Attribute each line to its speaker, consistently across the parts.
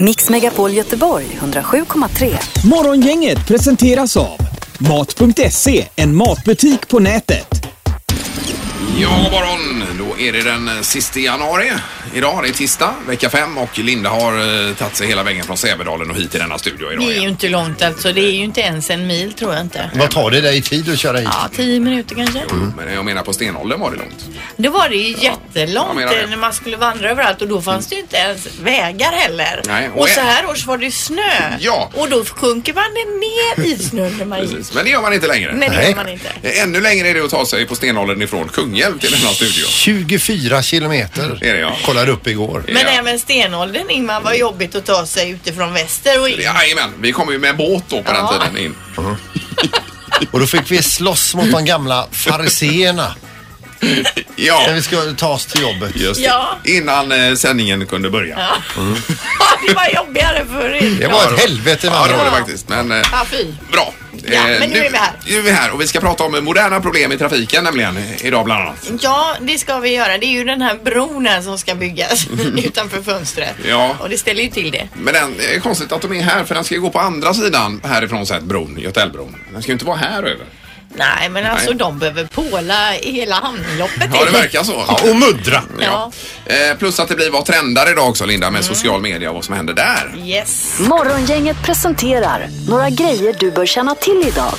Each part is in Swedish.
Speaker 1: Mix Megapol Göteborg 107,3.
Speaker 2: Morgongänget presenteras av Mat.se, en matbutik på nätet.
Speaker 3: Ja, god morgon. Då är det den eh, sista januari. Idag det är tisdag, vecka fem och Linda har eh, tagit sig hela vägen från Sävedalen och hit till denna studio idag
Speaker 4: Det är ju
Speaker 3: igen.
Speaker 4: inte långt alltså. Det är ju inte ens en mil tror jag inte.
Speaker 5: Vad tar det dig tid att köra hit?
Speaker 4: Ja, tio minuter kanske.
Speaker 3: Men jag menar på stenåldern var det långt.
Speaker 4: Då var det ju
Speaker 3: jag
Speaker 4: jättelångt
Speaker 3: menar det.
Speaker 4: eh, när man skulle vandra överallt och då fanns det ju inte ens vägar heller.
Speaker 3: Nej, och
Speaker 4: och så
Speaker 3: ä-
Speaker 4: här års var det ju snö.
Speaker 3: Ja.
Speaker 4: Och då sjunker man ner i snön när man gick.
Speaker 3: Precis. Men det gör man inte längre.
Speaker 4: Nej, det
Speaker 5: Nej.
Speaker 4: gör man inte.
Speaker 3: Ännu längre är det att ta sig på stenåldern ifrån Kungälv till denna studio.
Speaker 5: 24 kilometer.
Speaker 3: Det är det, ja.
Speaker 5: Kollade upp igår.
Speaker 4: Men
Speaker 3: Ja.
Speaker 4: även stenåldern Ingmar var jobbigt att ta sig utifrån väster och in.
Speaker 3: Jajamän, vi kommer ju med båt då på den
Speaker 4: Ja.
Speaker 3: tiden in.
Speaker 5: Och då fick vi slåss mot de gamla fariséerna när
Speaker 3: Ja,
Speaker 5: vi skulle ta oss till jobbet.
Speaker 3: just det.
Speaker 4: Ja.
Speaker 3: Innan eh, sändningen kunde börja. Ja,
Speaker 4: det var jobbigare förr.
Speaker 5: Det var ett helvete med
Speaker 3: det var det
Speaker 5: andra ord.
Speaker 3: faktiskt. Men, eh,
Speaker 4: Ja, fy.
Speaker 3: Bra.
Speaker 4: Ja,
Speaker 3: Eh,
Speaker 4: men nu är vi här.
Speaker 3: Nu är vi här och vi ska prata om moderna problem i trafiken nämligen eh, idag bland annat.
Speaker 4: Ja, det ska vi göra. Det är ju den här bron här som ska byggas utanför fönstret.
Speaker 3: Ja.
Speaker 4: Och det ställer ju till det.
Speaker 3: Men den, det är konstigt att de är här för den ska ju gå på andra sidan härifrån sett bron, Götaälvbron. Den ska ju inte vara här över.
Speaker 4: Nej, men alltså
Speaker 3: Nej.
Speaker 4: de behöver påla i hela hamnloppet.
Speaker 3: Ja, det verkar så.
Speaker 5: Ja, och muddra.
Speaker 3: Ja. Mm. Eh, Plus att det blir vad trendar idag också Linda med social media och vad som händer där.
Speaker 4: Yes.
Speaker 1: Morgongänget presenterar några grejer du bör känna till idag.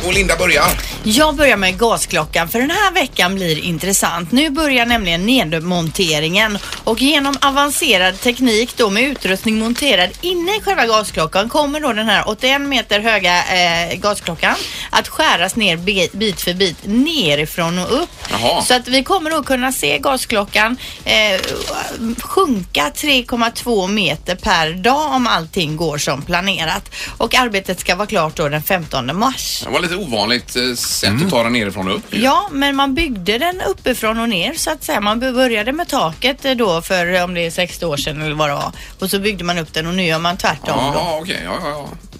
Speaker 3: Eh, Och Linda börjar.
Speaker 4: Jag börjar med gasklockan för den här veckan blir intressant. Nu börjar nämligen nedmonteringen och genom avancerad teknik då med utrustning monterad inne i själva gasklockan kommer då den här 81 meter höga eh, gasklockan att skäras ner be- bit för bit nerifrån och upp.
Speaker 3: Jaha.
Speaker 4: Så att vi kommer då kunna se gasklockan eh, sjunka 3,2 meter per dag om allting går som planerat. Och arbetet ska vara klart då den 15 mars.
Speaker 3: Det var lite ovanligt eh, sätt
Speaker 5: Mm.
Speaker 3: att ta den nerifrån och upp.
Speaker 4: Ja, men man byggde den uppifrån och ner så att säga. Man började med taket eh, då för eh, om det är 60 år sedan eller vad det var. Och så byggde man upp den och nu gör man tvärtom då.
Speaker 3: Jaha, okej. Ja, ja,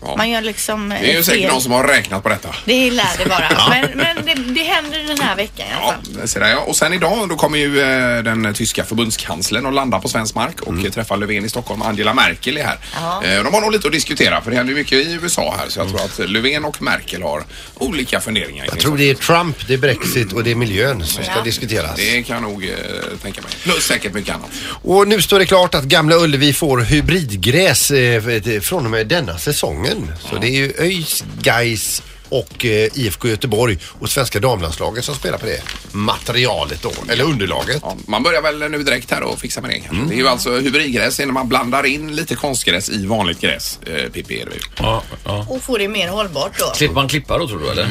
Speaker 3: ja.
Speaker 4: Man
Speaker 3: ja.
Speaker 4: gör liksom... eh,
Speaker 3: Det är ju säkert
Speaker 4: fel.
Speaker 3: någon som har räknat på detta.
Speaker 4: Det lär det vara. Men, men det, det händer den här veckan i alla
Speaker 3: Ja,
Speaker 4: fall.
Speaker 3: det ser jag. Och sen idag då kommer ju eh, den tyska förbundskanslern att landa på svensk mark och
Speaker 5: Mm.
Speaker 3: eh, träffa Löfven i Stockholm. Angela Merkel är här.
Speaker 4: Ja.
Speaker 3: Eh, De har nog lite att diskutera för det händer ju mycket i USA här så jag tror att Löfven och Merkel har olika funderingar.
Speaker 5: Mm. Jag tror det är Trump, det är Brexit och det är miljön som ska
Speaker 4: Ja.
Speaker 5: diskuteras.
Speaker 3: Det kan jag nog eh, tänka mig. Plus säkert mycket annat.
Speaker 5: Och nu står det klart att Gamla Ullevi får hybridgräs eh, för- från och med denna säsongen. Så det är ju ÖIS, Gais och eh, IFK Göteborg och svenska damlandslaget som spelar på det materialet då, eller underlaget.
Speaker 3: Ja, man börjar väl nu direkt här och fixa med det.
Speaker 5: Mm.
Speaker 3: Det är ju alltså hybridgräs när man blandar in lite konstgräs i vanligt gräs. Eh, Pippi är det ju.
Speaker 6: Ja, ja.
Speaker 4: Och får det mer hållbart då.
Speaker 6: Klipper man klippa då tror du eller?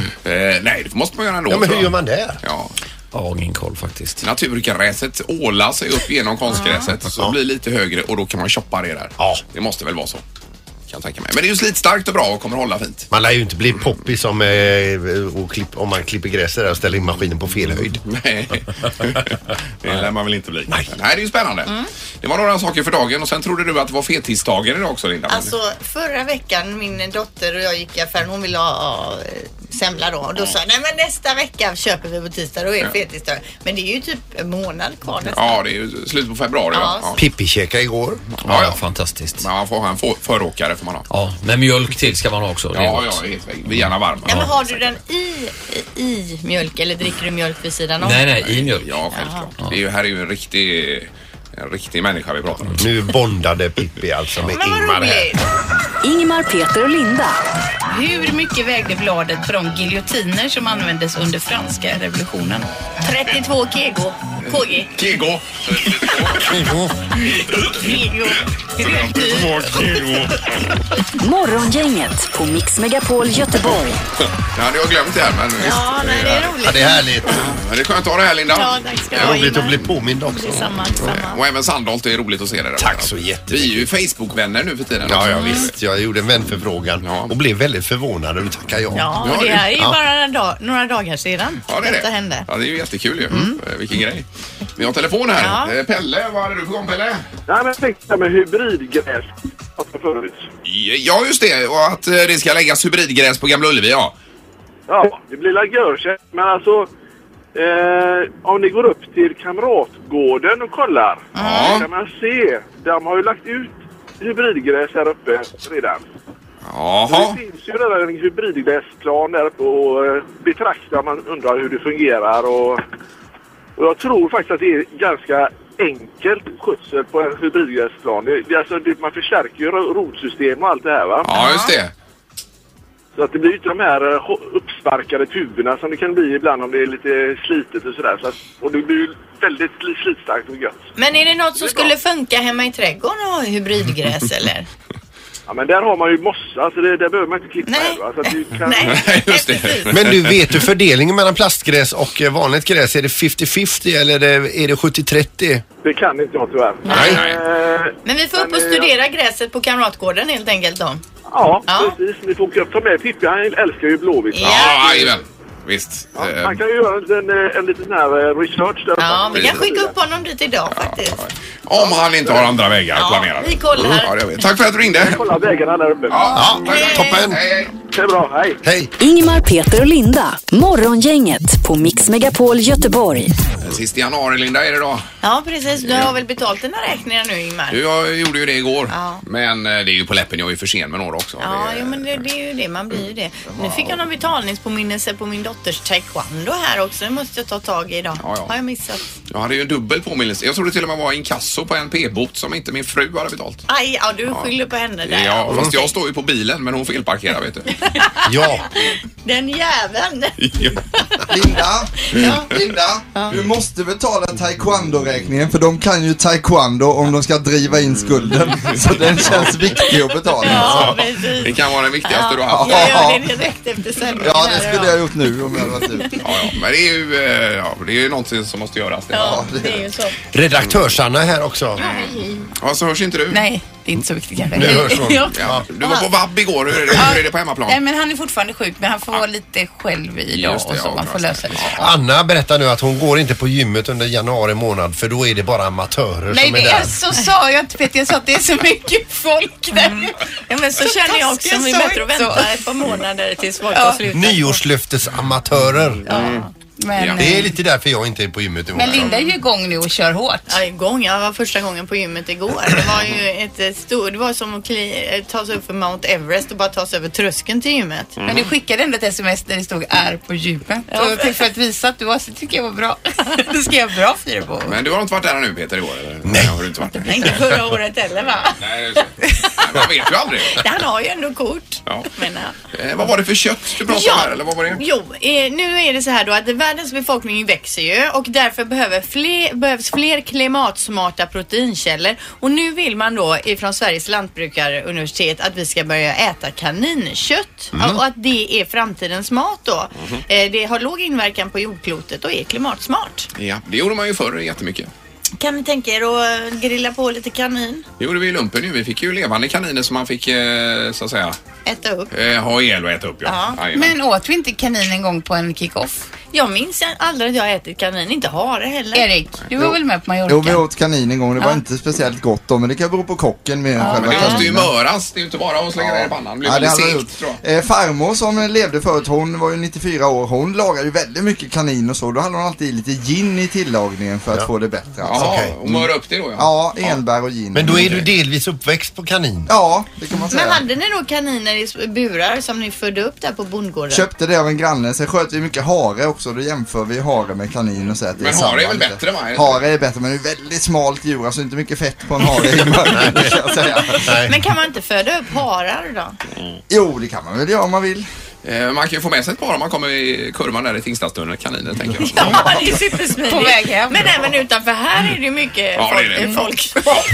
Speaker 3: Eh, nej, det måste man göra ändå.
Speaker 5: Ja, men
Speaker 3: tror
Speaker 5: hur
Speaker 3: jag.
Speaker 5: gör man det?
Speaker 3: Ja,
Speaker 6: Ja, ingen koll faktiskt.
Speaker 3: naturgräset ålar sig upp genom konstgräset så det
Speaker 5: Ja.
Speaker 3: blir lite högre och då kan man shoppa det där.
Speaker 5: Ja.
Speaker 3: Det måste väl vara så. Kan jag tänka mig. Men det är ju slitstarkt och bra och kommer hålla fint.
Speaker 5: Man lär ju inte bli poppis om, eh, och klipp, om man klipper gräset där och ställer in maskinen på fel höjd.
Speaker 3: Nej, det lär man väl inte bli. Nej, det är ju spännande.
Speaker 4: Mm.
Speaker 3: Det var några saker för dagen och sen trodde du att det var fetisdagen idag också Linda. men-
Speaker 4: Alltså förra veckan min dotter och jag gick i affären. Hon ville ha eh, semla då. Och då sa jag nej men nästa vecka köper vi på tisdag. Då är det fetisdag. Men det är ju typ en månad kvar nästan.
Speaker 3: Ja, det är ju slutet på februari.
Speaker 4: Ja,
Speaker 3: Ja, ja.
Speaker 5: Pippi käkade igår.
Speaker 3: Ja,
Speaker 6: Ja,
Speaker 3: ja.
Speaker 6: fantastiskt.
Speaker 3: Men man får ha en få- föråkare får man ha.
Speaker 6: Ja, men mjölk till ska man ha också. Det är
Speaker 3: Ja,
Speaker 6: gott.
Speaker 3: ja, helt enkelt. Vi är gärna varma.
Speaker 4: Ja, men har du den i, i, i mjölk eller dricker du mjölk vid sidan om?
Speaker 6: Nej, nej, i mjölk.
Speaker 3: Ja, självklart. Det är ju, här är ju en riktig, en riktig människa vi pratar om.
Speaker 5: Nu bondade Pippi alltså med
Speaker 4: Men vad
Speaker 5: Ingmar här.
Speaker 4: roligt!
Speaker 1: Ingemar, Peter och Linda.
Speaker 7: Hur mycket vägde bladet för de giljotiner som användes under franska revolutionen?
Speaker 4: 32 kego. KG.
Speaker 3: Kigo!
Speaker 1: Morgongänget på Mix Megapol Göteborg.
Speaker 3: Det hade jag glömt det här men visst.
Speaker 4: Ja, nej, det är
Speaker 5: Ja,
Speaker 4: roligt.
Speaker 5: det är härligt.
Speaker 3: Men det är skönt att ha det här Linda.
Speaker 4: Ja, tack ska du ha.
Speaker 5: Roligt att
Speaker 4: Ingmar.
Speaker 5: bli påmind också.
Speaker 7: Samma, samma.
Speaker 3: Och även Sandholt, det är roligt att se dig där.
Speaker 5: Tack så jättemycket.
Speaker 3: Vi är ju Facebook-vänner nu för tiden.
Speaker 5: Ja, ja visst. Jag gjorde en vänförfrågan
Speaker 3: Ja.
Speaker 5: och blev väldigt förvånad över att tacka ja.
Speaker 4: Ja,
Speaker 3: Ja,
Speaker 4: och det här är ju
Speaker 5: ja.
Speaker 4: bara en dag, några dagar sedan.
Speaker 3: Ja, det är
Speaker 4: Detta
Speaker 3: det.
Speaker 4: hände.
Speaker 3: Ja, det är ju jättekul ju. Eh, Vilken grej. Vi har telefon här.
Speaker 4: Ja.
Speaker 3: Eh, Pelle, vad hade du för gång Pelle?
Speaker 8: Nej, men jag tänkte med hybridgräs. Alltså förut.
Speaker 3: Ja, just det. Och att eh, det ska läggas hybridgräs på Gamla Ullevi, ja.
Speaker 8: Ja, det blir la görkäck, men alltså... Eh, om ni går upp till Kamratgården och kollar
Speaker 3: Ja.
Speaker 8: kan man se. De har ju lagt ut hybridgräs här uppe redan.
Speaker 3: Jaha.
Speaker 8: Det finns ju redan en hybridgräsplan där uppe och eh, betraktar man undrar hur det fungerar och, och jag tror faktiskt att det är ganska enkelt skötsel på en hybridgräsplan. Det, det, är alltså, det, man förstärker ju ro- rotsystem och allt det här va.
Speaker 3: Ja, just det.
Speaker 8: Så att det blir ju inte de här eh, ho- uppsparkade tuberna som det kan bli ibland om det är lite slitet och sådär. Så att, och det blir ju väldigt sli- slitstarkt och gött.
Speaker 4: Men är det något som
Speaker 8: Det är bra.
Speaker 4: skulle funka hemma i trädgården och ha hybridgräs eller?
Speaker 8: Ja, men där har man ju mossa så det, där behöver man inte klippa
Speaker 4: Nej.
Speaker 8: heller. va? Så att du kan...
Speaker 4: Nej,
Speaker 3: Just det.
Speaker 4: precis.
Speaker 5: Men du, vet du fördelningen mellan plastgräs och eh, vanligt gräs? Är det 50-50 eller är det, är det 70-30?
Speaker 8: Det kan inte jag tyvärr.
Speaker 3: Nej, nej.
Speaker 8: Eh,
Speaker 4: Men vi får upp och
Speaker 8: Men, eh,
Speaker 4: studera gräset på kamratgården helt enkelt då.
Speaker 8: Ja,
Speaker 4: Ja.
Speaker 8: precis. Ni får ta med Pippi. Han älskar ju Blåvitt.
Speaker 4: Ja.
Speaker 3: Ja, jajamän. Visst.
Speaker 8: Ja,
Speaker 3: Eh,
Speaker 8: Han kan ju göra en liten, eh, en liten sån här eh, research där.
Speaker 4: Ja, vi kan
Speaker 3: precis.
Speaker 4: skicka upp honom dit idag faktiskt.
Speaker 3: Om han inte har andra vägar
Speaker 4: Ja,
Speaker 3: planerade.
Speaker 4: vi kollar.
Speaker 3: Ja, det gör vi. Tack för att du ringde.
Speaker 8: Kolla vägarna där uppe.
Speaker 3: Ja,
Speaker 5: Toppen!
Speaker 3: hej, hej.
Speaker 8: Det är bra. Hej!
Speaker 5: Hej!
Speaker 1: Ingemar, Peter och Linda. Morgongänget på Mix Megapol Göteborg.
Speaker 3: Eh, Sist i januari, Linda, är det då.
Speaker 4: Ja, precis. Du har väl betalt dina räkningar nu Ingmar?
Speaker 3: Du jag gjorde ju det igår.
Speaker 4: Ja.
Speaker 3: Men eh, det är ju på läppen. Jag är ju för sen med några också.
Speaker 4: Ja,
Speaker 3: Det-
Speaker 4: jo, men det, det är ju det. Man blir ju det. Nu fick jag någon betalningspåminnelse på min dotters taekwondo här också. Det måste jag ta tag i idag.
Speaker 3: Ja, ja.
Speaker 4: Har jag missat?
Speaker 3: Jag hade ju en dubbel påminnelse. Jag trodde till och med var inkasso på en p-bot som inte min fru hade betalt.
Speaker 4: Aj, ja, du skyller på henne där.
Speaker 3: Ja, fast jag står ju på bilen men hon felparkerar vet du.
Speaker 5: Ja,
Speaker 4: Den jäveln!
Speaker 3: Ja.
Speaker 9: Linda, Linda, du måste betala taekwondo-räkningen för de kan ju taekwondo om de ska driva in skulden. Så den känns viktig att betala.
Speaker 4: Ja,
Speaker 9: alltså.
Speaker 3: Det
Speaker 4: precis.
Speaker 3: kan vara den viktigaste du har haft.
Speaker 4: Jag gör det direkt efter sändningen.
Speaker 9: Ja,
Speaker 4: här
Speaker 9: det skulle
Speaker 4: idag.
Speaker 9: jag ha gjort nu om jag hade varit du.
Speaker 3: Ja, ja. Men det är ju, eh, ja, det är ju någonting som måste göras. Det.
Speaker 4: Ja, det är ju så.
Speaker 5: redaktörs-Anna här också.
Speaker 3: Ja, så hörs inte du.
Speaker 7: Nej, det är inte så viktigt kanske.
Speaker 5: Nu hörs hon.
Speaker 7: Ja.
Speaker 3: Ja. Du var på vabb igår. Hur är det, hur är det på hemmaplan?
Speaker 7: Nej, men han är fortfarande sjuk, men han får vara lite själv idag
Speaker 3: Just det,
Speaker 7: och så.
Speaker 3: ja,
Speaker 7: man får
Speaker 3: bra.
Speaker 7: lösa det.
Speaker 5: Anna berättar nu att hon går inte på gymmet under januari månad för då är det bara amatörer
Speaker 7: Nej,
Speaker 5: som är
Speaker 7: det
Speaker 5: där.
Speaker 7: är så sa jag inte Peter. Jag sa att det är så mycket folk där.
Speaker 4: Ja, men så känner jag också.
Speaker 7: taskig
Speaker 4: Vi är
Speaker 7: sa
Speaker 4: bättre att
Speaker 7: jag så.
Speaker 4: vänta ett par månader tills folk
Speaker 7: Ja.
Speaker 4: har slutat.
Speaker 5: Nyårslöftesamatörer.
Speaker 7: Men,
Speaker 3: Ja.
Speaker 5: Det är lite därför jag inte är på gymmet i år.
Speaker 7: eh, men Linda är ju igång nu och kör hårt.
Speaker 4: Ja, igång. Jag var första gången på gymmet igår. Det var ju ett eh, stor, det var som att kli, eh, ta sig upp för Mount Everest och bara ta sig över tröskeln till gymmet.
Speaker 7: Men du skickade ändå ett sms där det stod är på djupet. Och till- för att visa att du var så tycker jag var bra. Det ska jag ha bra fyra på.
Speaker 3: Men du har inte varit där nu Peter i år? Eller? Nej. Har du inte varit där?
Speaker 4: Men Inte förra året heller va?
Speaker 3: Nej, det är så. Nej, man vet ju aldrig.
Speaker 4: Han har ju ändå kort.
Speaker 3: Ja.
Speaker 4: Men, ja.
Speaker 3: Eh, vad var det för kött du pratade om här? Eller vad var det?
Speaker 4: Jo, eh, nu är det så här då att världens befolkning växer ju och därför behöver fler, behövs fler klimatsmarta proteinkällor. Och nu vill man då ifrån Sveriges lantbrukaruniversitet att vi ska börja äta kaninkött Ja,
Speaker 3: Mm.
Speaker 4: och att det är framtidens mat då.
Speaker 3: Mhm.
Speaker 4: Eh, det har låg inverkan på jordklotet och är klimatsmart.
Speaker 3: Ja, det gjorde man ju förr jättemycket.
Speaker 4: Kan ni tänka er att eh, grilla på lite kanin?
Speaker 3: Det gjorde vi i lumpen ju. Vi fick ju levande kaniner som man fick eh, så att säga
Speaker 4: Äta upp?
Speaker 3: eh, ha ihjäl och äta upp. Ja.
Speaker 4: Ja,
Speaker 3: Jajamän.
Speaker 7: Men åt vi inte kanin en gång på en kick-off?
Speaker 4: Jag minns aldrig att jag har ätit kanin, inte hare heller.
Speaker 7: Erik, du var väl med på
Speaker 9: Jo, vi
Speaker 7: Mallorca?
Speaker 9: åt kanin en gång. Det var inte speciellt gott då, men det kan bero på kocken mer än
Speaker 3: Men
Speaker 9: själva
Speaker 3: det måste ju
Speaker 9: kaninen.
Speaker 3: möras. Det är ju inte bara att slänga ner i pannan. Det blir
Speaker 9: Ja, det
Speaker 3: väldigt
Speaker 9: hade jag
Speaker 3: segt
Speaker 9: gjort.
Speaker 3: tror jag.
Speaker 9: Eh, farmor som levde förut, hon var ju 94 år, hon lagade ju väldigt mycket kanin och så. Då hade hon alltid i lite gin i tillagningen för att få det bättre. Alltså.
Speaker 3: Jaha,
Speaker 5: Okej.
Speaker 3: och möra upp det då ja.
Speaker 9: Ja, enbär och gin.
Speaker 5: Men då är du delvis uppväxt på kanin.
Speaker 9: Ja, det kan man säga.
Speaker 4: Men hade ni då kaniner i s- burar som ni födde upp där på bondgården?
Speaker 9: Köpte det av en granne, sen sköt vi mycket hare också. Då jämför vi hare med kanin och säger att det
Speaker 3: Men
Speaker 9: är samma.
Speaker 3: hare är väl bättre, va?
Speaker 9: Hare är bättre men det är väldigt smalt djur, alltså inte mycket fett på en hare i mörkret kan jag säga.
Speaker 4: Men kan man inte föda upp harar då?
Speaker 9: Jo, det kan man väl göra om man vill.
Speaker 3: Eh, Man kan ju få med sig ett par om man kommer i kurvan där i Tingstadstunneln. Kaniner tänker jag.
Speaker 4: Ja, det är supersmidigt.
Speaker 7: På väg hem.
Speaker 4: Men även utanför här är det ju mycket
Speaker 3: Ja,
Speaker 4: folk.
Speaker 3: det är det.
Speaker 4: folk.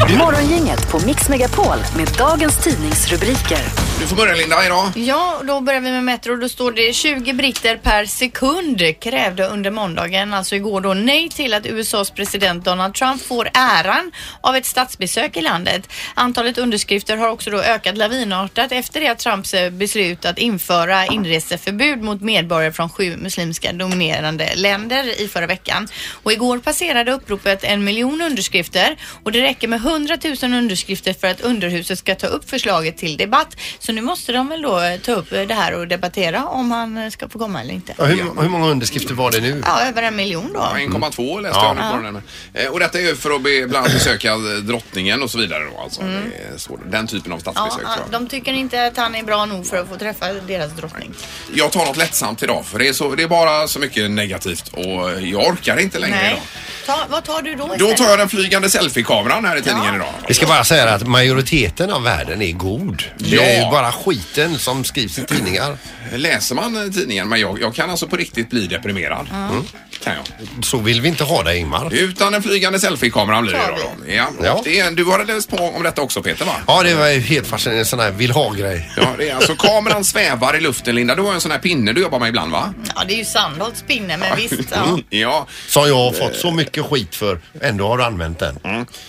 Speaker 1: Morgongänget på Mix Megapol med dagens tidningsrubriker.
Speaker 3: Du får börja Linda idag.
Speaker 4: Ja, och då börjar vi med Metro. Då står det 20 britter per sekund krävde under måndagen, alltså igår då, nej till att USAs president Donald Trump får äran av ett statsbesök i landet. Antalet underskrifter har också då ökat lavinartat efter det att Trumps eh, beslut att införa inreseförbud mot medborgare från sju muslimska dominerande länder i förra veckan. Och igår passerade uppropet en miljon underskrifter och det räcker med 100 000 underskrifter för att underhuset ska ta upp förslaget till debatt. Så nu måste de väl då eh, ta upp eh, det här och debattera om han eh, ska få komma eller inte.
Speaker 5: Ja, hur, hur många underskrifter var det nu?
Speaker 4: Ja, över en miljon då.
Speaker 3: Ja, 1,2 läste jag nu på den. här. Eh, Och detta är ju för att be, bland annat besöka drottningen och så vidare då. Alltså, det är så, den typen av
Speaker 4: Ja,
Speaker 3: statsbesök tror jag.
Speaker 4: de tycker inte att han är bra nog för att få träffa deras drottning.
Speaker 3: Jag tar något lättsamt idag för det är, så, det är bara så mycket negativt och jag orkar inte längre idag.
Speaker 4: Ta, vad tar du då
Speaker 3: Då
Speaker 4: istället?
Speaker 3: tar jag den flygande selfie-kameran här i tidningen idag.
Speaker 5: Vi ska bara säga att majoriteten av världen är god. Det
Speaker 3: Ja.
Speaker 5: är ju bara skiten som skrivs i tidningar.
Speaker 3: Läser man eh, tidningen, men jag, jag kan alltså på riktigt bli deprimerad. Mm. Kan jag.
Speaker 5: Så vill vi inte ha det Ingmar.
Speaker 3: Utan den flygande selfie-kameran blir det idag då. Ja.
Speaker 5: Ja.
Speaker 3: Det är, du har läst på om detta också Peter va?
Speaker 5: Ja, det var ju helt fascinerande. En sån här vill ha-grej.
Speaker 3: Ja, det är alltså kameran svävar i luften Linda. Du har ju en sån här pinne du jobbar med ibland va? Mm.
Speaker 4: Ja, det är ju Sandholts pinne, men visst. Ja.
Speaker 3: Ja,
Speaker 5: Som jag har fått så mycket skit för. Ändå har du använt den.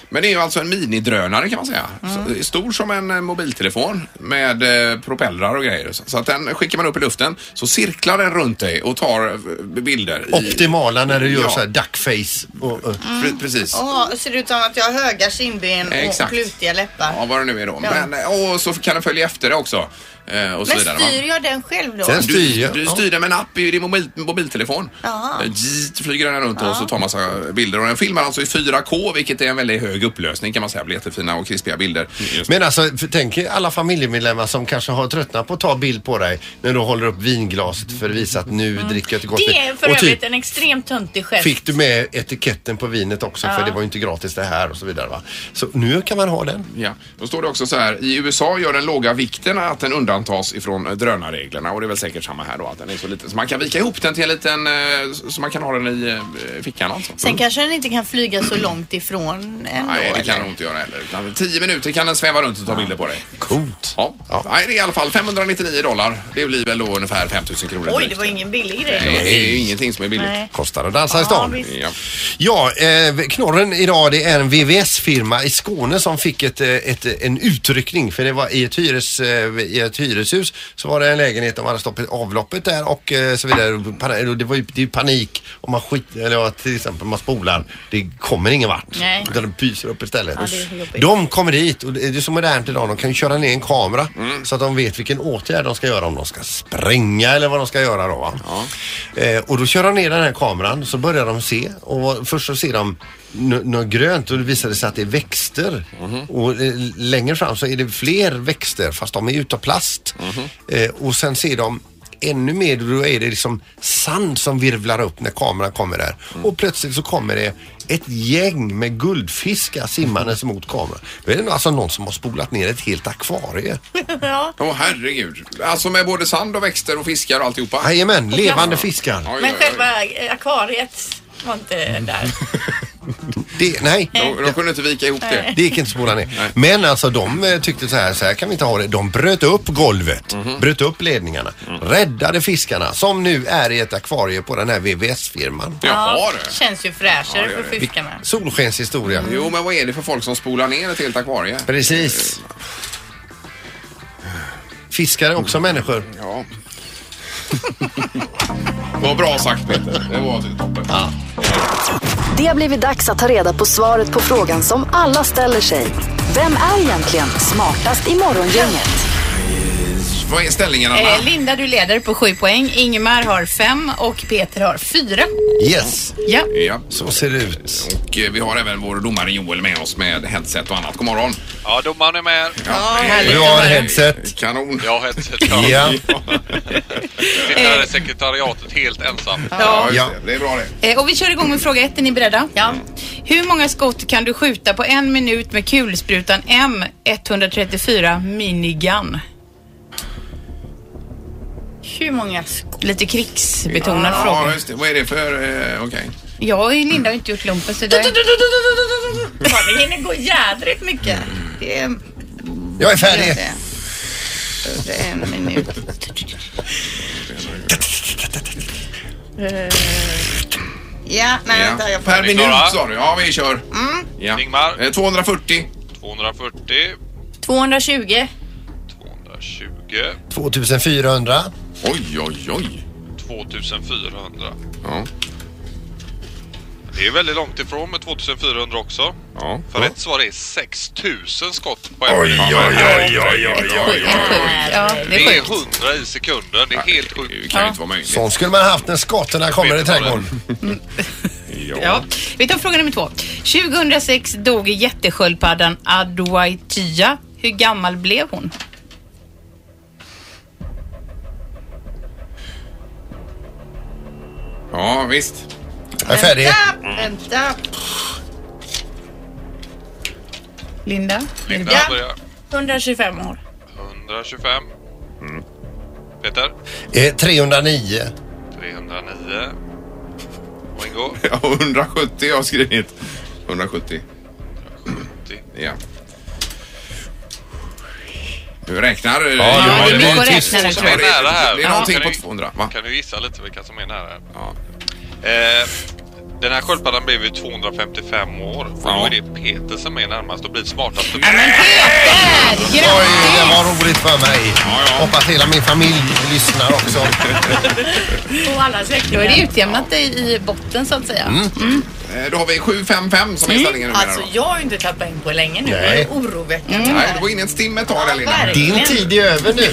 Speaker 3: men det är ju alltså en minidrönare kan man säga.
Speaker 4: Mm.
Speaker 3: Så- Stor som en eh, mobiltelefon med eh, propellrar och grejer. Så så att den skickar man upp i luften så cirklar den runt dig och tar eh, bilder. i-
Speaker 5: Optimala när du gör
Speaker 3: Ja.
Speaker 5: så här duckface. Och, och,
Speaker 3: Pre- Precis.
Speaker 4: Åh, ser det ut som att jag har höga kindben och
Speaker 3: Exakt.
Speaker 4: klutiga läppar.
Speaker 3: Ja, vad det nu är då.
Speaker 4: Ja.
Speaker 3: Men, eh, och så kan den följa efter det också. eh, Och så
Speaker 4: men
Speaker 3: vidare, va?
Speaker 4: styr jag den själv då?
Speaker 5: Sen
Speaker 3: Du,
Speaker 5: styr jag.
Speaker 3: du
Speaker 5: Ja.
Speaker 3: styr den med en app i din mobil, mobiltelefon.
Speaker 4: Jaha.
Speaker 3: Eh, zzzt, flyger den här runt och så tar massa bilder. Och den filmar alltså i 4K vilket är en väldigt hög upplösning kan man säga. Det blir jättefina och krispiga bilder.
Speaker 5: Men alltså, för tänk er alla familjemedlemmar som kanske har tröttnat på att ta bild på dig när du håller upp vinglaset för att visa att nu dricker jag ett gott
Speaker 7: Det
Speaker 5: vin.
Speaker 7: är för
Speaker 5: Och typ,
Speaker 7: övrigt en extremt töntig gest.
Speaker 5: Fick du med etiketten på vinet också för det var ju inte gratis det här och så vidare va. Så nu kan man ha den.
Speaker 3: Ja, då står det också så här. I USA gör den låga vikten att den undantas ifrån eh, drönarreglerna och det är väl säkert samma här då att den är så liten. Så man kan vika ihop den till en liten, eh, så man kan ha den i eh, fickan alltså. Mm.
Speaker 4: Sen kanske den inte kan flyga så långt ifrån ändå.
Speaker 3: Nej, det kan
Speaker 4: eller?
Speaker 3: hon inte göra heller. Utan tio minuter kan den sväva runt och ta bilder på dig.
Speaker 5: Coolt.
Speaker 3: Ja.
Speaker 5: Ja.
Speaker 3: Nej, det är i alla fall 599 dollar. Det blir väl då ungefär 5000 kronor.
Speaker 4: Oj,
Speaker 3: direkt.
Speaker 4: det var ingen billig
Speaker 3: Nej,
Speaker 4: grej.
Speaker 3: det är ju ingenting som är billigt.
Speaker 4: Nej.
Speaker 5: Kostar att dansa i stan.
Speaker 4: visst.
Speaker 3: Ja.
Speaker 5: Ja, eh, knorren idag det är en VVS-firma i Skåne som fick ett, eh, ett, en utryckning för det var i ett, hyres, eh, i ett hyreshus så var det en lägenhet de hade stoppat avloppet där och eh, så vidare. Och pan- och Det var ju det är ju panik om man skit, eller att till exempel man spolar. Det kommer ingen vart.
Speaker 4: Nej.
Speaker 5: Utan det pyser upp istället.
Speaker 4: Ja, det är jobbigt.
Speaker 5: de kommer dit och det är så modernt idag. De kan ju köra ner en kamera så att de vet vilken åtgärd de ska göra. Om de ska spränga eller vad de ska göra då va. Eh, och då kör de ner den här kameran så börjar de se och först så ser de nå- något grönt och det visar det sig att det är växter. Och eh, längre fram så är det fler växter fast de är utav plast. Eh, och sen ser de ännu mer och då är det liksom sand som virvlar upp när kameran kommer där. Och plötsligt så kommer det ett gäng med guldfiskar simmandes mot kameran. Då är det alltså någon som har spolat ner ett helt akvarie.
Speaker 3: Åh herregud. Alltså med både sand och växter och fiskar och alltihopa.
Speaker 5: Jajamän, levande fiskar.
Speaker 3: Oj,
Speaker 7: Men
Speaker 3: oj, oj.
Speaker 7: själva eh, akvariet var inte där.
Speaker 5: Det, nej.
Speaker 3: De, de kunde inte vika ihop det.
Speaker 5: Det gick inte att spola ner. Men alltså de eh, tyckte så här, så här kan vi inte ha det. De bröt upp golvet, bröt upp ledningarna, räddade fiskarna som nu är i ett akvarie på den här VVS-firman.
Speaker 3: Jaha du.
Speaker 7: Känns ju fräschare
Speaker 3: Ja, det gör
Speaker 7: för
Speaker 3: det.
Speaker 7: fiskarna.
Speaker 5: Solskenshistoria.
Speaker 3: Jo men vad är det för folk som spolar ner ett helt akvarie?
Speaker 5: Precis. Fiskare är också människor.
Speaker 3: Ja. Vad bra sagt Peter. Det var toppen.
Speaker 1: Det har blivit dags att ta reda på svaret på frågan som alla ställer sig. Vem är egentligen smartast i morgongänget?
Speaker 3: Vad är ställningen Anna?
Speaker 7: Eh, Linda, du leder på sju poäng. Ingemar har fem och Peter har fyra.
Speaker 5: Yes,
Speaker 7: Ja.
Speaker 3: Ja.
Speaker 5: så ser det ut.
Speaker 3: Och eh, vi har även vår domare Joel med oss med headset och annat. God morgon.
Speaker 10: Ja, domaren är med.
Speaker 3: Ja,
Speaker 5: Du har headset.
Speaker 3: Kanon.
Speaker 10: Jag har ett
Speaker 5: Ja.
Speaker 10: sitter i sekretariatet helt ensam.
Speaker 3: Ja, just
Speaker 5: Ja.
Speaker 3: det. det är bra det.
Speaker 7: Eh, Och vi kör igång med fråga ett. Är ni beredda? Ja. Hur många skott kan du skjuta på en minut med kulsprutan M134 Minigun?
Speaker 4: Hur många skor?
Speaker 7: Lite krigsbetonad
Speaker 3: Ja,
Speaker 7: fråga.
Speaker 3: just det. Vad är det för... Eh, Okej.
Speaker 7: Jag och Linda har inte gjort lumpen så det...
Speaker 4: Det hinner gå jädrigt mycket.
Speaker 3: Mm.
Speaker 4: Det är...
Speaker 5: Jag är färdig.
Speaker 4: Över en minut. Eh, Ja, nej
Speaker 3: Ja.
Speaker 4: vänta. Jag får...
Speaker 3: Per
Speaker 10: Vi är
Speaker 3: minut
Speaker 10: klara.
Speaker 3: sa du. Ja, vi kör. Ja.
Speaker 10: Ingmar.
Speaker 3: Eh, 240.
Speaker 10: 240,
Speaker 4: 220.
Speaker 10: 220,
Speaker 5: 2400.
Speaker 3: Oj, oj, oj.
Speaker 10: 2400.
Speaker 3: Ja.
Speaker 10: Det är väldigt långt ifrån med 2400 också.
Speaker 3: Ja.
Speaker 10: För rätt svar är 6000 skott på
Speaker 3: Oj,
Speaker 10: minut.
Speaker 3: oj, oj, oj, oj, oj,
Speaker 7: Ja, det är
Speaker 10: Det är
Speaker 7: sjukt.
Speaker 10: 100 i sekunden. Det är helt sjukt.
Speaker 3: kan ju inte vara möjligt.
Speaker 5: Sånt skulle man haft när skottarna kommer i trädgården.
Speaker 7: Ja. Vi tar fråga nummer två. 2006 dog jättesköldpaddan Adwaitia. Hur gammal blev hon?
Speaker 3: Ja, visst.
Speaker 5: Jag är färdig.
Speaker 4: Vänta.
Speaker 7: Linda?
Speaker 10: Linda börjar.
Speaker 11: 125 år.
Speaker 10: 125. Mm. Peter.
Speaker 5: Eh, 309.
Speaker 10: 309. Och Ingo.
Speaker 3: Ja, 170 har jag skrivit. 170. Ja. Du räknar? eh, Ja,
Speaker 7: Ja, det går att
Speaker 10: är
Speaker 7: räkna det,
Speaker 10: som är
Speaker 7: tror jag.
Speaker 10: nära här.
Speaker 3: Det är någonting
Speaker 10: Kan
Speaker 3: på
Speaker 10: ni-
Speaker 3: 200, va?
Speaker 10: Kan du gissa lite vilka som är nära?
Speaker 3: Ja.
Speaker 10: Eh, den här sköldpaddan blev ju 255 år och
Speaker 3: Ja.
Speaker 10: då är det Peter som är närmast och blir smartast.
Speaker 7: Äh,
Speaker 5: Oj, det var roligt för mig. Hoppas hela min familj lyssnar också.
Speaker 11: Och alla
Speaker 7: Då är
Speaker 11: släktingar.
Speaker 7: det utjämnat i, i botten så att säga.
Speaker 12: Mm.
Speaker 3: Eh, Då har vi 755 som är ställningen numera.
Speaker 11: Alltså jag har ju inte tappat in på länge nu.
Speaker 5: Nej.
Speaker 11: Det är oroväckande.
Speaker 3: Nej, du var inne ett stim ett tag där, Linda.
Speaker 5: Din tid är över nu.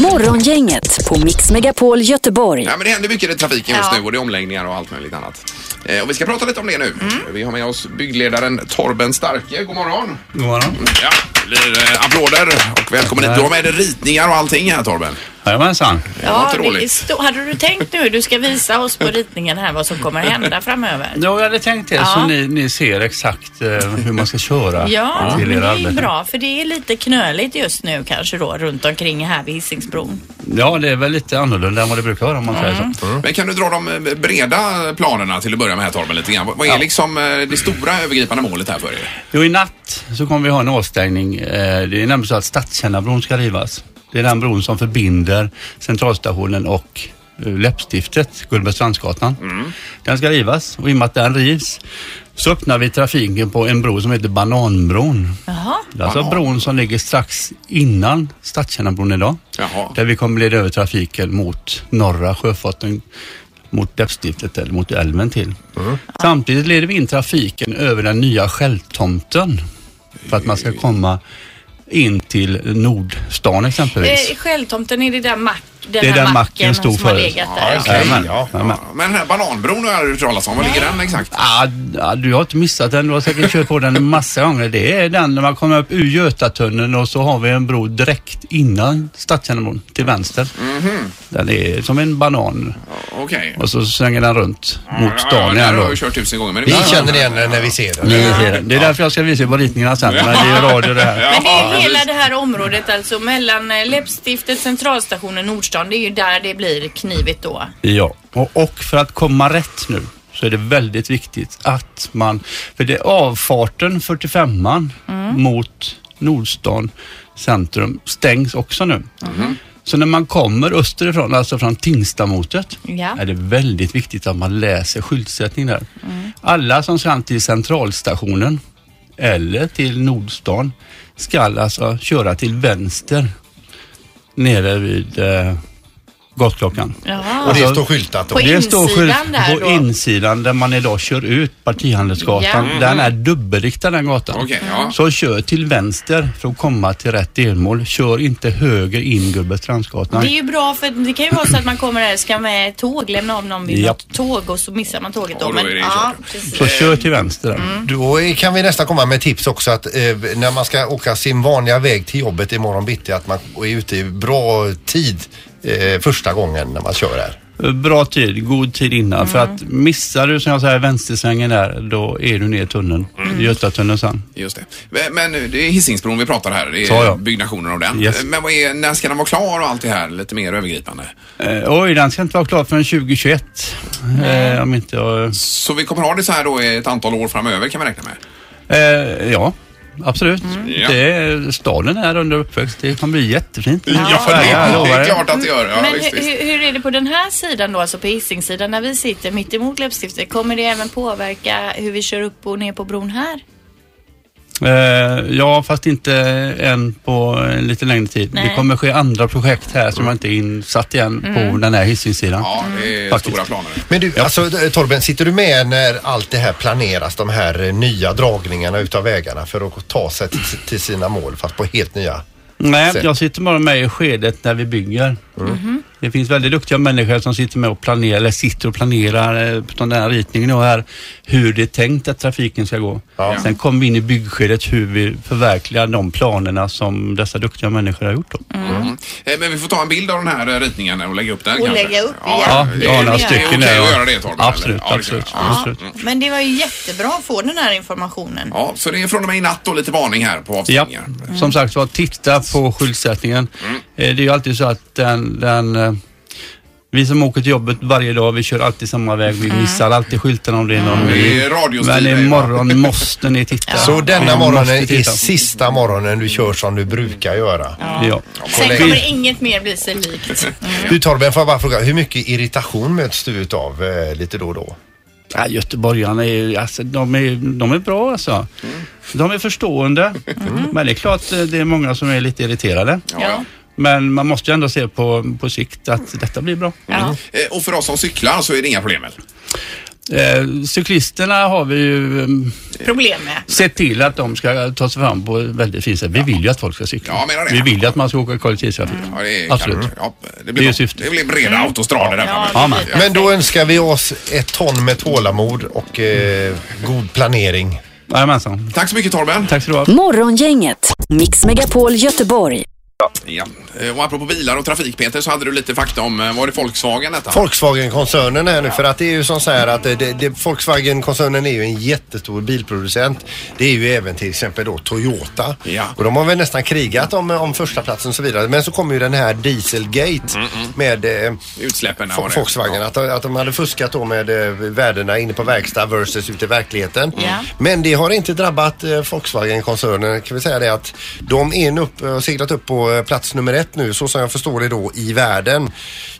Speaker 1: Morgongänget på Mix Megapol Göteborg.
Speaker 3: Ja, men det händer mycket i trafiken just
Speaker 11: Ja.
Speaker 3: nu och det är omläggningar och allt möjligt annat. Eh, och vi ska prata lite om det nu. Vi har med oss byggledaren Torben Starke. God morgon!
Speaker 12: God morgon.
Speaker 3: Ja, det blir eh, applåder och välkommen hit. Du har med dig ritningar och allting här Torben.
Speaker 12: Jajamensan.
Speaker 3: Det var inte
Speaker 11: det är
Speaker 3: dåligt.
Speaker 11: sto- hade du tänkt nu, du ska visa oss på ritningen här vad som kommer hända framöver?
Speaker 12: Ja, jag hade tänkt det
Speaker 11: Ja.
Speaker 12: så ni, ni ser exakt eh, hur man ska köra
Speaker 11: Ja, men
Speaker 12: till
Speaker 11: det
Speaker 12: er
Speaker 11: är ju
Speaker 12: arbete.
Speaker 11: bra för det är lite knöligt just nu kanske då runt omkring här vid Hisingsbron.
Speaker 12: Ja, det är väl lite annorlunda än vad det brukar vara om man säger
Speaker 7: Mm.
Speaker 12: så. Mm.
Speaker 3: Men kan du dra de eh, breda planerna till att börja med här Torben lite grann? Vad vad är liksom eh, det stora övergripande målet här för er?
Speaker 12: Jo, i natt så kommer vi ha en avstängning. Eh, Det är nämligen så att Stadstjärnabron ska rivas. Det är den bron som förbinder Centralstationen och eh, Läppstiftet, Gullbergstrandsgatan. Den ska rivas och i och med att den rivs så öppnar vi trafiken på en bro som heter Bananbron.
Speaker 11: Jaha,
Speaker 12: Det är alltså
Speaker 3: Banan.
Speaker 12: bron som ligger strax innan Stadstjärnabron idag.
Speaker 3: Jaha.
Speaker 12: Där vi kommer leda över trafiken mot norra sjöfarten mot Läppstiftet eller mot älven till.
Speaker 5: Mm.
Speaker 12: Samtidigt leder vi in trafiken över den nya Skälltomten för att man ska komma in till Nordstan exempelvis.
Speaker 11: eh, Skälltomten är det där mack, den
Speaker 12: Det är
Speaker 11: där
Speaker 12: där macken
Speaker 11: macken
Speaker 12: stod
Speaker 11: som har
Speaker 12: förut.
Speaker 11: legat där.
Speaker 5: okej.
Speaker 12: Jajamän,
Speaker 5: Ja.
Speaker 12: jajamän.
Speaker 3: Men den här bananbron har jag aldrig hört talas om. Var ligger den exakt?
Speaker 12: Ah, ah, du har inte missat den. Du har säkert kört på den en massa gånger. Det är den när man kommer upp ur Götatunneln och så har vi en bro direkt innan Stadskärnebron till vänster.
Speaker 3: Mhm.
Speaker 12: Den är som en banan
Speaker 3: Okej.
Speaker 12: och så svänger den runt mot
Speaker 3: Ja, ja,
Speaker 12: stan
Speaker 3: det här
Speaker 12: igen
Speaker 3: har
Speaker 12: då.
Speaker 3: jag ju kört tusen gånger. Men
Speaker 5: Vi känner igen den när vi ser den.
Speaker 12: Nu ser den. Det är därför jag ska visa er på ritningarna sen. Men det är ju radio det här.
Speaker 11: Men det
Speaker 3: Ja,
Speaker 11: är hela
Speaker 3: precis.
Speaker 11: det här området alltså mellan eh, Läppstiftet, Centralstationen, Nordstan. Det är ju där det blir knivigt då.
Speaker 12: Ja, och, och för att komma rätt nu så är det väldigt viktigt att man, för det är avfarten 45an mot Nordstan centrum stängs också nu. Så när man kommer österifrån, alltså från Tingstamotet,
Speaker 11: Ja.
Speaker 12: är det väldigt viktigt att man läser skyltsättning där. Alla som ska till centralstationen eller till Nordstan ska alltså köra till vänster nere vid eh, gatklockan.
Speaker 11: Ja.
Speaker 5: Och det står skyltat då.
Speaker 11: På
Speaker 12: Det står
Speaker 11: insidan
Speaker 12: skylt
Speaker 11: där
Speaker 12: på
Speaker 11: då?
Speaker 12: insidan där man idag kör ut Partihandelsgatan.
Speaker 11: Ja. Mm.
Speaker 12: Den är dubbelriktad den gatan.
Speaker 3: Okej, ja.
Speaker 12: Så kör till vänster för att komma till rätt delmål. Kör inte höger in Gullbergstrandsgatan.
Speaker 11: Det är ju bra för det kan ju vara så att man kommer här, ska med tåg, lämna om någon vid
Speaker 12: Ja.
Speaker 11: något tåg och så missar man tåget
Speaker 3: Ja,
Speaker 11: då.
Speaker 3: då är det
Speaker 11: ja,
Speaker 3: kört.
Speaker 11: precis.
Speaker 12: Så kör till vänster där.
Speaker 5: Då är- kan vi nästan komma med tips också att eh, när man ska åka sin vanliga väg till jobbet imorgon bitti att man är ute i bra tid eh, första gången när man kör här.
Speaker 11: Mm.
Speaker 12: Bra tid, god tid innan. För att missar du som jag säger vänstersvängen där, då är du ner i tunneln.
Speaker 11: Mm.
Speaker 12: Götatunneln sen.
Speaker 3: Just det. Men men det är Hisingsbron vi pratar här. Det är
Speaker 12: Så, ja.
Speaker 3: byggnationen av den.
Speaker 12: Yes.
Speaker 3: Men vad är, när ska den vara klar och allt det här? Lite mer övergripande.
Speaker 12: Eh, oj, den ska inte vara klar förrän 2021. Eh, om inte jag...
Speaker 3: Så vi kommer ha det så här då i ett antal år framöver kan vi räkna med?
Speaker 12: Eh, ja, absolut.
Speaker 3: Ja.
Speaker 12: Det är, staden är under uppväxt. Det kommer bli jättefint.
Speaker 3: det,
Speaker 12: jag
Speaker 3: det
Speaker 12: lovar
Speaker 3: är
Speaker 12: det.
Speaker 3: klart att det gör. Ja,
Speaker 11: Men
Speaker 3: visst,
Speaker 11: hur,
Speaker 3: visst.
Speaker 11: hur- hur är det på den här sidan då, alltså på Hisingssidan när vi sitter mitt emot Läppstiftet? Kommer det även påverka hur vi kör upp och ner på bron här?
Speaker 12: Eh, ja, fast inte än på en lite längre tid.
Speaker 4: Nej.
Speaker 12: Det kommer ske andra projekt här
Speaker 3: Mm.
Speaker 12: som jag inte är insatt i än på
Speaker 5: Mm.
Speaker 12: den här Hisingssidan. Faktiskt.
Speaker 5: Men du, alltså Torben, sitter du med när allt det här planeras, de här eh, nya dragningarna utav vägarna för att ta sig till, till sina mål fast på helt nya
Speaker 12: Nej,
Speaker 5: sätt?
Speaker 12: jag sitter bara med i skedet när vi bygger.
Speaker 3: Mm.
Speaker 5: Mhm.
Speaker 12: Det finns väldigt duktiga människor som sitter med och planerar, eller sitter och planerar eh, på den här ritningen och här, hur det är tänkt att trafiken ska gå. Sen kommer vi in i byggskedet hur vi förverkligar de planerna som dessa duktiga människor har gjort. Då.
Speaker 3: Mm. Eh, Men vi får ta en bild av den här eh, ritningen och lägga upp den
Speaker 4: Och
Speaker 3: kanske.
Speaker 4: lägga upp
Speaker 3: ja.
Speaker 12: Ja,
Speaker 3: det
Speaker 12: jag har
Speaker 3: är,
Speaker 12: några
Speaker 3: det är
Speaker 12: stycken
Speaker 3: okej
Speaker 12: där,
Speaker 3: att
Speaker 12: ja.
Speaker 3: göra det Torben?
Speaker 12: Absolut,
Speaker 3: eller? Ja, det kan
Speaker 12: absolut,
Speaker 3: jag. Ja.
Speaker 12: absolut.
Speaker 3: Mm.
Speaker 4: Men det var ju jättebra att få den här informationen.
Speaker 3: Ja, så det är från och med i natt då lite varning här på avstängningar.
Speaker 4: Mm.
Speaker 12: Som sagt var, titta på skyltsättningen.
Speaker 5: Mm.
Speaker 12: Eh, Det är ju alltid så att den, den eh, vi som åker till jobbet varje dag, vi kör alltid samma väg. Vi missar alltid skyltarna om det är någon
Speaker 5: Det är radiostil
Speaker 12: Men
Speaker 5: det, va?
Speaker 12: imorgon måste ni titta.
Speaker 5: Så denna
Speaker 12: Ni
Speaker 5: morgonen
Speaker 12: måste
Speaker 5: är
Speaker 12: titta.
Speaker 5: sista morgonen du kör som du brukar göra.
Speaker 12: Ja.
Speaker 7: Sen kommer inget mer bli sig likt.
Speaker 5: Du Torben, får jag bara fråga, hur mycket irritation möts du utav eh, lite då och då?
Speaker 12: Ja, göteborgarna är, ju- alltså, de är, de är bra alltså.
Speaker 5: Mm.
Speaker 12: De är förstående. Men det är klart eh, det är många som är lite irriterade.
Speaker 4: Mm.
Speaker 3: Ja.
Speaker 12: Men man måste ju ändå se på, på sikt att detta blir bra.
Speaker 3: Mm. Eh, Och för oss som cyklar så är det inga problem eller?
Speaker 12: Eh, cyklisterna har vi ju mm,
Speaker 4: Problem med.
Speaker 12: sett till att de ska ta sig fram på ett väldigt fint sätt. Vi vill ju att folk ska cykla.
Speaker 3: Ja, menar Mm. det.
Speaker 12: Vi vill ju att man ska åka kollektivtrafik.
Speaker 3: Ja, det är
Speaker 12: Absolut.
Speaker 3: kanon. Ja, det
Speaker 12: Det är
Speaker 3: blir, det
Speaker 12: syftet.
Speaker 3: det blir breda autostrador där framme.
Speaker 12: Ja, men.
Speaker 5: Men då önskar vi oss ett ton med tålamod och eh, god planering.
Speaker 12: Jajamensan.
Speaker 3: Tack så mycket Torben.
Speaker 12: Tack så du ha.
Speaker 1: Morgongänget, Mix Megapol Göteborg.
Speaker 3: Ja. Eh, Och apropå bilar och trafik Peter så hade du lite fakta om, eh, var det Volkswagen detta?
Speaker 5: Volkswagen-koncernen här nu för att det är ju som så här att eh, det, det, Volkswagen-koncernen är ju en jättestor bilproducent. Det är ju även till exempel då Toyota. Och de har väl nästan krigat om, eh, om första platsen och så vidare. Men så kommer ju den här Dieselgate med eh,
Speaker 3: Utsläppen
Speaker 5: Vo-
Speaker 3: var det.
Speaker 5: Volkswagen. Att, de- att de hade fuskat då med eh, värdena inne på verkstad versus ute i verkligheten.
Speaker 3: Mm. Ja.
Speaker 5: Men det har inte drabbat eh, Volkswagen-koncernen. Kan vi säga det att de är nu upp, eh, seglat upp på eh, plats nummer ett nu så som jag förstår det då i världen.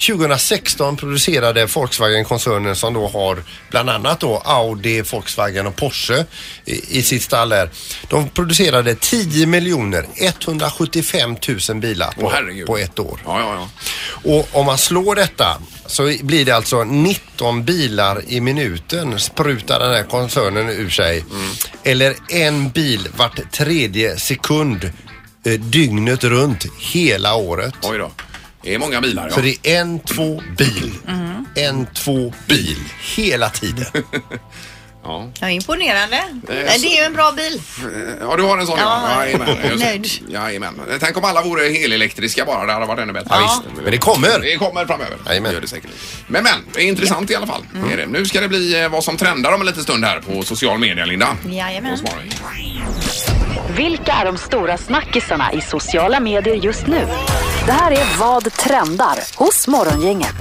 Speaker 5: 2016 producerade Volkswagen-koncernen som då har bland annat då Audi, Volkswagen och Porsche i, i sitt stall här. De producerade 10 miljoner 175 000 bilar på,
Speaker 3: Åh, herregud.
Speaker 5: på ett år.
Speaker 3: Ja, ja, ja.
Speaker 5: Och om man slår detta så blir det alltså 19 bilar i minuten sprutar den här koncernen ur sig. Eller en bil vart tredje sekund eh, dygnet runt hela året.
Speaker 3: Oj då. Det är många bilar ja.
Speaker 5: Så det är en, två, bil. En, två, bil. Hela tiden.
Speaker 3: ja.
Speaker 4: Ja, imponerande.
Speaker 3: Det är
Speaker 4: Men
Speaker 3: så-
Speaker 4: det är ju en bra bil.
Speaker 3: Ja, du har en sån
Speaker 4: Ja.
Speaker 3: ja. Jajamän, just det.
Speaker 4: Nöjd.
Speaker 3: Jajamän. Tänk om alla vore helelektriska bara. Det hade varit ännu bättre.
Speaker 5: Ja, visst. Men det kommer.
Speaker 3: Det kommer framöver. Det gör det säkert. Men men, det är intressant i alla fall. Det Är det. Nu ska det bli eh, vad som trendar om en liten stund här på social media, Linda.
Speaker 1: Jajamän.
Speaker 3: Svara in.
Speaker 1: Vilka är de stora snackisarna i sociala medier just nu? Det här är Vad trendar hos Morgongänget.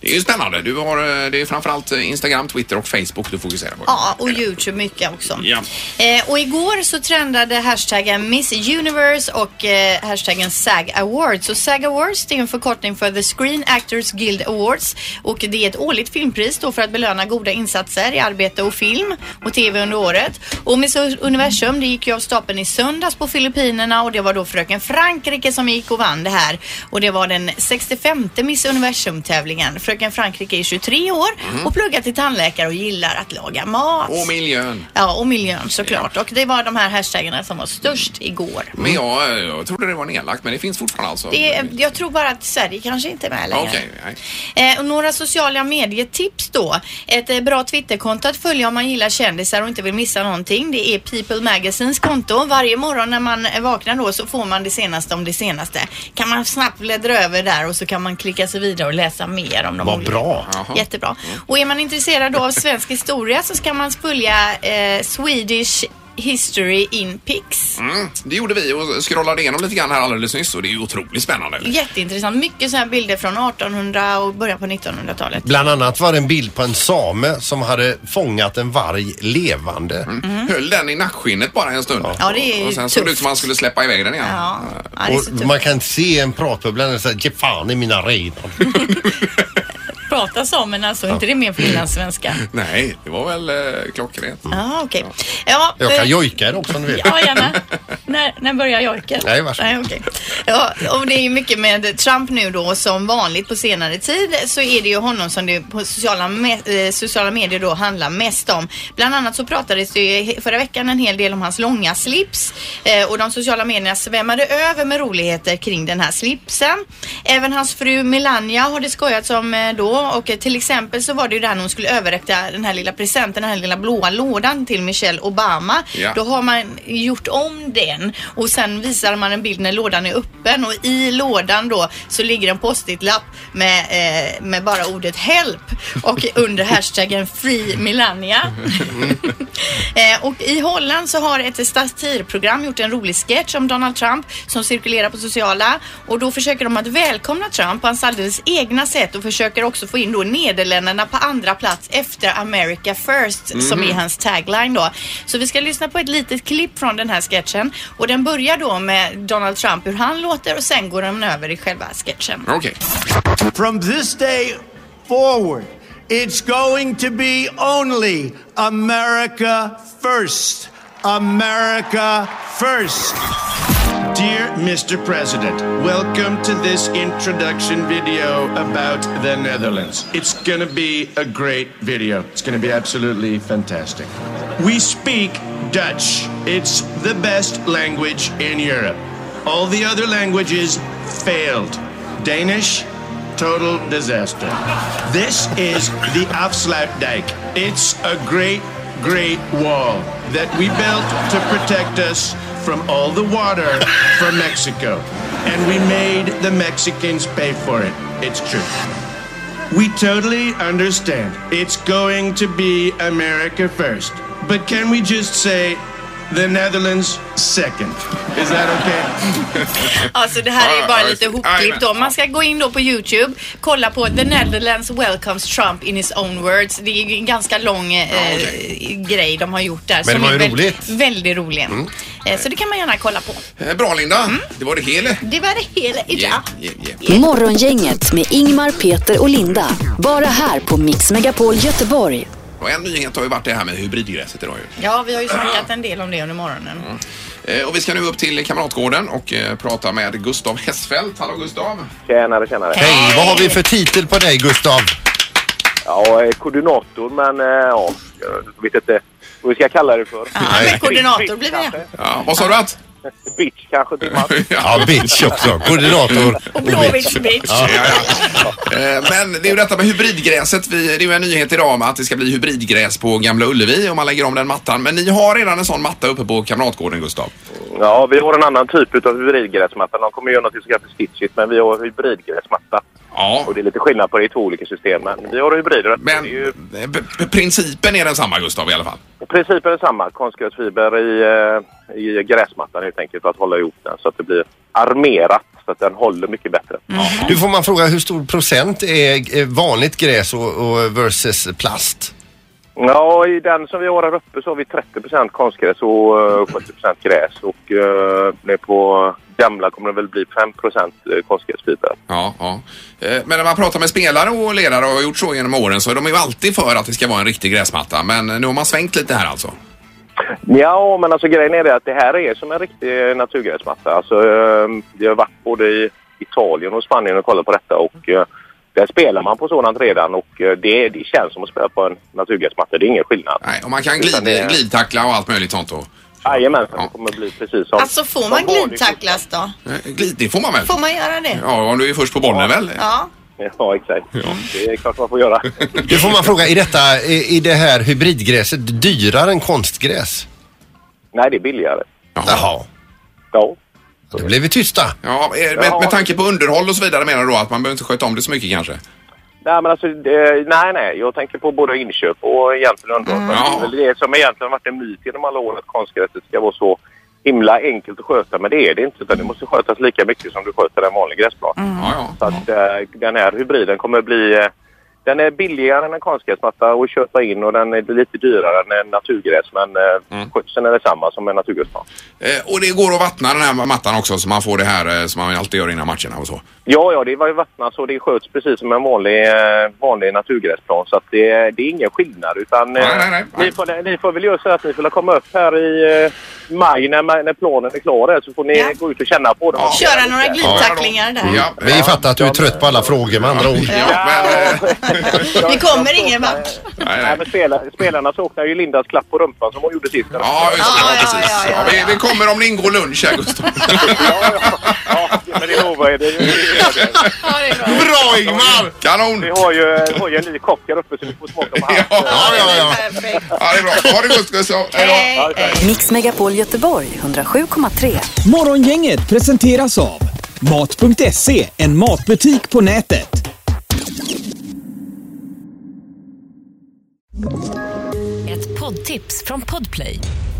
Speaker 3: Det är ju spännande. Du har, eh, det är framförallt eh, Instagram, Twitter och Facebook du fokuserar på.
Speaker 4: Ja, och Youtube mycket också.
Speaker 3: Ja.
Speaker 4: Eh, och igår så trendade hashtaggen Miss Universe och eh, hashtaggen SAG Awards. Och SAG Awards det är en förkortning för The Screen Actors Guild Awards. Och det är ett årligt filmpris då för att belöna goda insatser i arbete och film och TV under året. Och Miss Universum det gick ju av stapeln i söndags på Filippinerna och det var då fröken Frankrike som gick och vann det här. Och det var den 65 Miss Universum-tävlingen. Fröken Frankrike är 23 år och pluggar till tandläkare och gillar att laga mat.
Speaker 3: Och miljön.
Speaker 4: Ja, och miljön såklart. Och det var de här hashtaggarna som var störst igår.
Speaker 5: Mm.
Speaker 3: Men jag, eh, jag trodde det var nedlagt, men det finns fortfarande alltså.
Speaker 4: Det är, jag tror bara att Sverige kanske inte är med
Speaker 3: Ja,
Speaker 4: längre.
Speaker 3: Okej, nej.
Speaker 4: Eh, och några sociala medietips då. Ett eh, bra Twitterkonto att följa om man gillar kändisar och inte vill missa någonting. Det är People Magazines konto. Varje morgon när man eh, vaknar då så får man det senaste om det senaste. Kan man snabbt bläddra över där och så kan man klicka sig vidare och läsa mer om de
Speaker 5: Vad
Speaker 4: olika.
Speaker 5: bra.
Speaker 4: Jättebra.
Speaker 3: Mm.
Speaker 4: Och är man intresserad då av svensk historia så ska man följa eh, Swedish History in Pix.
Speaker 3: Mm, det gjorde vi och scrollade igenom lite grann här alldeles nyss och det är ju otroligt spännande.
Speaker 4: Jätteintressant. Mycket så här bilder från 1800 och början på 1900-talet.
Speaker 5: Bland annat var det en bild på en same som hade fångat en varg levande.
Speaker 3: Höll den i nackskinnet bara en stund.
Speaker 4: Ja, det är
Speaker 3: Och sen såg
Speaker 4: tufft.
Speaker 3: det ut som man skulle släppa iväg den igen.
Speaker 4: Ja.
Speaker 5: Och man kan se en pratbubbla och säga ge fan i mina renar.
Speaker 11: prata samerna alltså, inte det mer finlandssvenska?
Speaker 3: Nej, det var väl eh, klockrent.
Speaker 4: Ja, okej. Ja,
Speaker 3: Jag kan
Speaker 4: eh,
Speaker 3: jojka det också om du vill.
Speaker 4: Ja, gärna. När, när börjar jojken?
Speaker 3: Nej, varsågod.
Speaker 4: Nej, okej. ja, och det är ju mycket med Trump nu då som vanligt på senare tid så är det ju honom som det på sociala, me- eh, sociala medier då handlar mest om. Bland annat så pratades det ju he- förra veckan en hel del om hans långa slips eh, och de sociala medierna svämmade över med roligheter kring den här slipsen. Även hans fru Melania har det skojats om eh, då och eh, till exempel så var det ju där när hon skulle överräcka den här lilla presenten, den här lilla blåa lådan till Michelle Obama.
Speaker 11: Ja.
Speaker 4: Då har man gjort om den och sen visar man en bild när lådan är öppen och i lådan då så ligger en post-it-lapp med, eh, med bara ordet help och under hashtaggen free Melania. Eh, och i Holland så har ett satirprogram gjort en rolig sketch om Donald Trump som cirkulerar på sociala och då försöker de att välkomna Trump på hans alldeles egna sätt och försöker också få in då Nederländerna på andra plats efter America first som
Speaker 11: Mhm.
Speaker 4: är hans tagline då. Så vi ska lyssna på ett litet klipp från den här sketchen och den börjar då med Donald Trump hur han låter och sen går den över i själva sketchen.
Speaker 13: From this day forward, it's going to be only America first. America first. Dear Mr. President, welcome to this introduction video about the Netherlands. It's gonna be a great video. It's gonna be absolutely fantastic. We speak Dutch. It's the best language in Europe. All the other languages failed. Danish, total disaster. This is the Afsluitdijk. It's a great, great wall that we built to protect us from all the water from Mexico. And we made the Mexicans pay for it. It's true. We totally understand. It's going to be America first. But can we just say the Netherlands second? Is that okay?
Speaker 4: Alltså det
Speaker 3: Ah,
Speaker 4: här är bara lite hopklippt då.
Speaker 13: Jajamän.
Speaker 4: Man ska gå in då på YouTube, kolla på The Netherlands welcomes Trump in his own words. Det är ju en ganska lång eh, grej de har gjort där.
Speaker 3: Ah, Men det var
Speaker 4: är
Speaker 3: ju
Speaker 4: väl-
Speaker 3: roligt. Mm.
Speaker 4: Väldigt rolig. Eh, så det kan man gärna kolla på.
Speaker 3: Eh, Bra Linda, det var det hela.
Speaker 4: Det var det hela idag.
Speaker 1: Morgongänget med Ingmar, Peter och Linda. Bara här på Mix Megapol Göteborg.
Speaker 3: Och en nyhet har ju varit det här med hybridgräset idag ju.
Speaker 4: Ja, vi har ju snackat en del om det under morgonen.
Speaker 3: Eh, Och vi ska nu upp till Kamratgården och eh, prata med Gustav Hessfeldt. Hallå Gustav!
Speaker 14: Tjenare, tjenare.
Speaker 5: Hej, vad har vi för titel på dig Gustav?
Speaker 14: Ja, eh, koordinator, men eh, ja, jag vet inte vad vi ska kalla det för.
Speaker 4: Men koordinator blir det.
Speaker 3: Ja, vad sa du att?
Speaker 14: Bitch kanske typ. till Mats.
Speaker 5: Ja, bitch också. Koordinator.
Speaker 4: Och Blåvitts bitch.
Speaker 5: Ja.
Speaker 3: Eh, Men det är ju detta med hybridgräset. Vi, det är ju en nyhet idag om att det ska bli hybridgräs på Gamla Ullevi om man lägger om den mattan. Men ni har redan en sån matta uppe på Kamratgården Gustav.
Speaker 14: Ja, vi har en annan typ av hybridgräsmatta. De kommer göra något som heter stitchigt, men vi har hybridgräsmatta.
Speaker 3: Ja.
Speaker 14: Och det är lite skillnad på det i två olika system, men vi har hybrider.
Speaker 3: Men eh, p- p- principen är densamma Gustav i alla fall.
Speaker 14: Principen är samma. Konstgräsfiber i, eh, i gräsmattan helt enkelt för att hålla ihop den så att det blir armerat så att den håller mycket bättre.
Speaker 5: Du får man fråga hur stor procent är eh, vanligt gräs och, och versus plast?
Speaker 14: Ja, i den som vi har här uppe så har vi 30 konstgräs och eh, 70 gräs. Och eh, nere på gamla kommer det väl bli 5 eh, konstgräsfiber.
Speaker 3: Ja, ja. Eh, Men när man pratar med spelare och ledare och har gjort så genom åren så är de ju alltid för att det ska vara en riktig gräsmatta. Men eh, nu har man svängt lite här alltså.
Speaker 14: Ja, men alltså grejen är det att det här är som en riktig naturgräsmatta. Alltså, eh, vi har varit både i Italien och Spanien och kollat på detta och eh, där spelar man på sådant redan och eh, det, det känns som att spela på en naturgräsmatta. Det är ingen skillnad.
Speaker 3: Nej, och man kan glid, glidtackla och allt möjligt sånt då.
Speaker 14: Jajamensan, det kommer bli precis som...
Speaker 4: Alltså får man glidtacklas då?
Speaker 3: Eh, Glid, det får man väl?
Speaker 4: Får man göra det?
Speaker 3: Ja, om du är först på bollen väl?
Speaker 4: Ja.
Speaker 14: Ja, exakt. Det är klart man får göra.
Speaker 5: Nu får man fråga, är detta, är, är det här hybridgräset dyrare än konstgräs?
Speaker 14: Nej, det är billigare.
Speaker 5: Jaha.
Speaker 14: Ja.
Speaker 5: Då blev vi tysta.
Speaker 3: Ja, eh, med, med tanke på underhåll och så vidare menar du då att man behöver inte sköta om det så mycket kanske?
Speaker 14: Nej, men alltså, det, nej, nej. Jag tänker på både inköp och egentligen underhåll. Det är väl det som egentligen varit en myt genom alla år att konstgräset ska vara så himla enkelt att sköta. Men det är det inte. Utan det måste skötas lika mycket som du sköter en vanlig gräsplan.
Speaker 3: Ja, ja.
Speaker 14: Så att eh, den här hybriden kommer bli eh, Den är billigare än en konstgräsmatta att köpa in och den är lite dyrare än en naturgräs. Men mm. skötseln är detsamma som en naturgräsmatta.
Speaker 3: Eh, Och det går att vattna den här mattan också så man får det här eh, som man alltid gör innan matcherna och så.
Speaker 14: Ja, ja, det var ju vattnas och det sköts precis som en vanlig, eh, vanlig naturgräsplan. Så att det, det är ingen skillnad. Utan, eh, Ni, får, ni får väl göra så att ni får komma upp här i eh, maj när, ma- när planen är klar här, så får ni gå ut och känna på dem.
Speaker 4: Köra några glidtacklingar där.
Speaker 5: Vi fattar att du är trött på alla frågor med andra ord.
Speaker 3: eh,
Speaker 4: Vi kommer ingen vart.
Speaker 14: Nej, men spelar, spelarna saknar ju Lindas klapp på rumpan som hon gjorde sist.
Speaker 3: Ja, just det. Ja, precis. Ja, vi, vi kommer om det ingår lunch här, Gustav.
Speaker 14: Men det lovar jag. Det, det,
Speaker 3: Bra Ingmar! Kanon!
Speaker 14: Vi har ju, har ju en ny kock här uppe så vi får smaka på hans.
Speaker 3: Ja, ja, ja. Ja, det är bra. Ha det gott Gustav. Hej då.
Speaker 1: Mix Megapol Göteborg 107,3.
Speaker 2: Morgongänget presenteras av Mat.se, en matbutik på nätet.
Speaker 15: Ett poddtips från Podplay.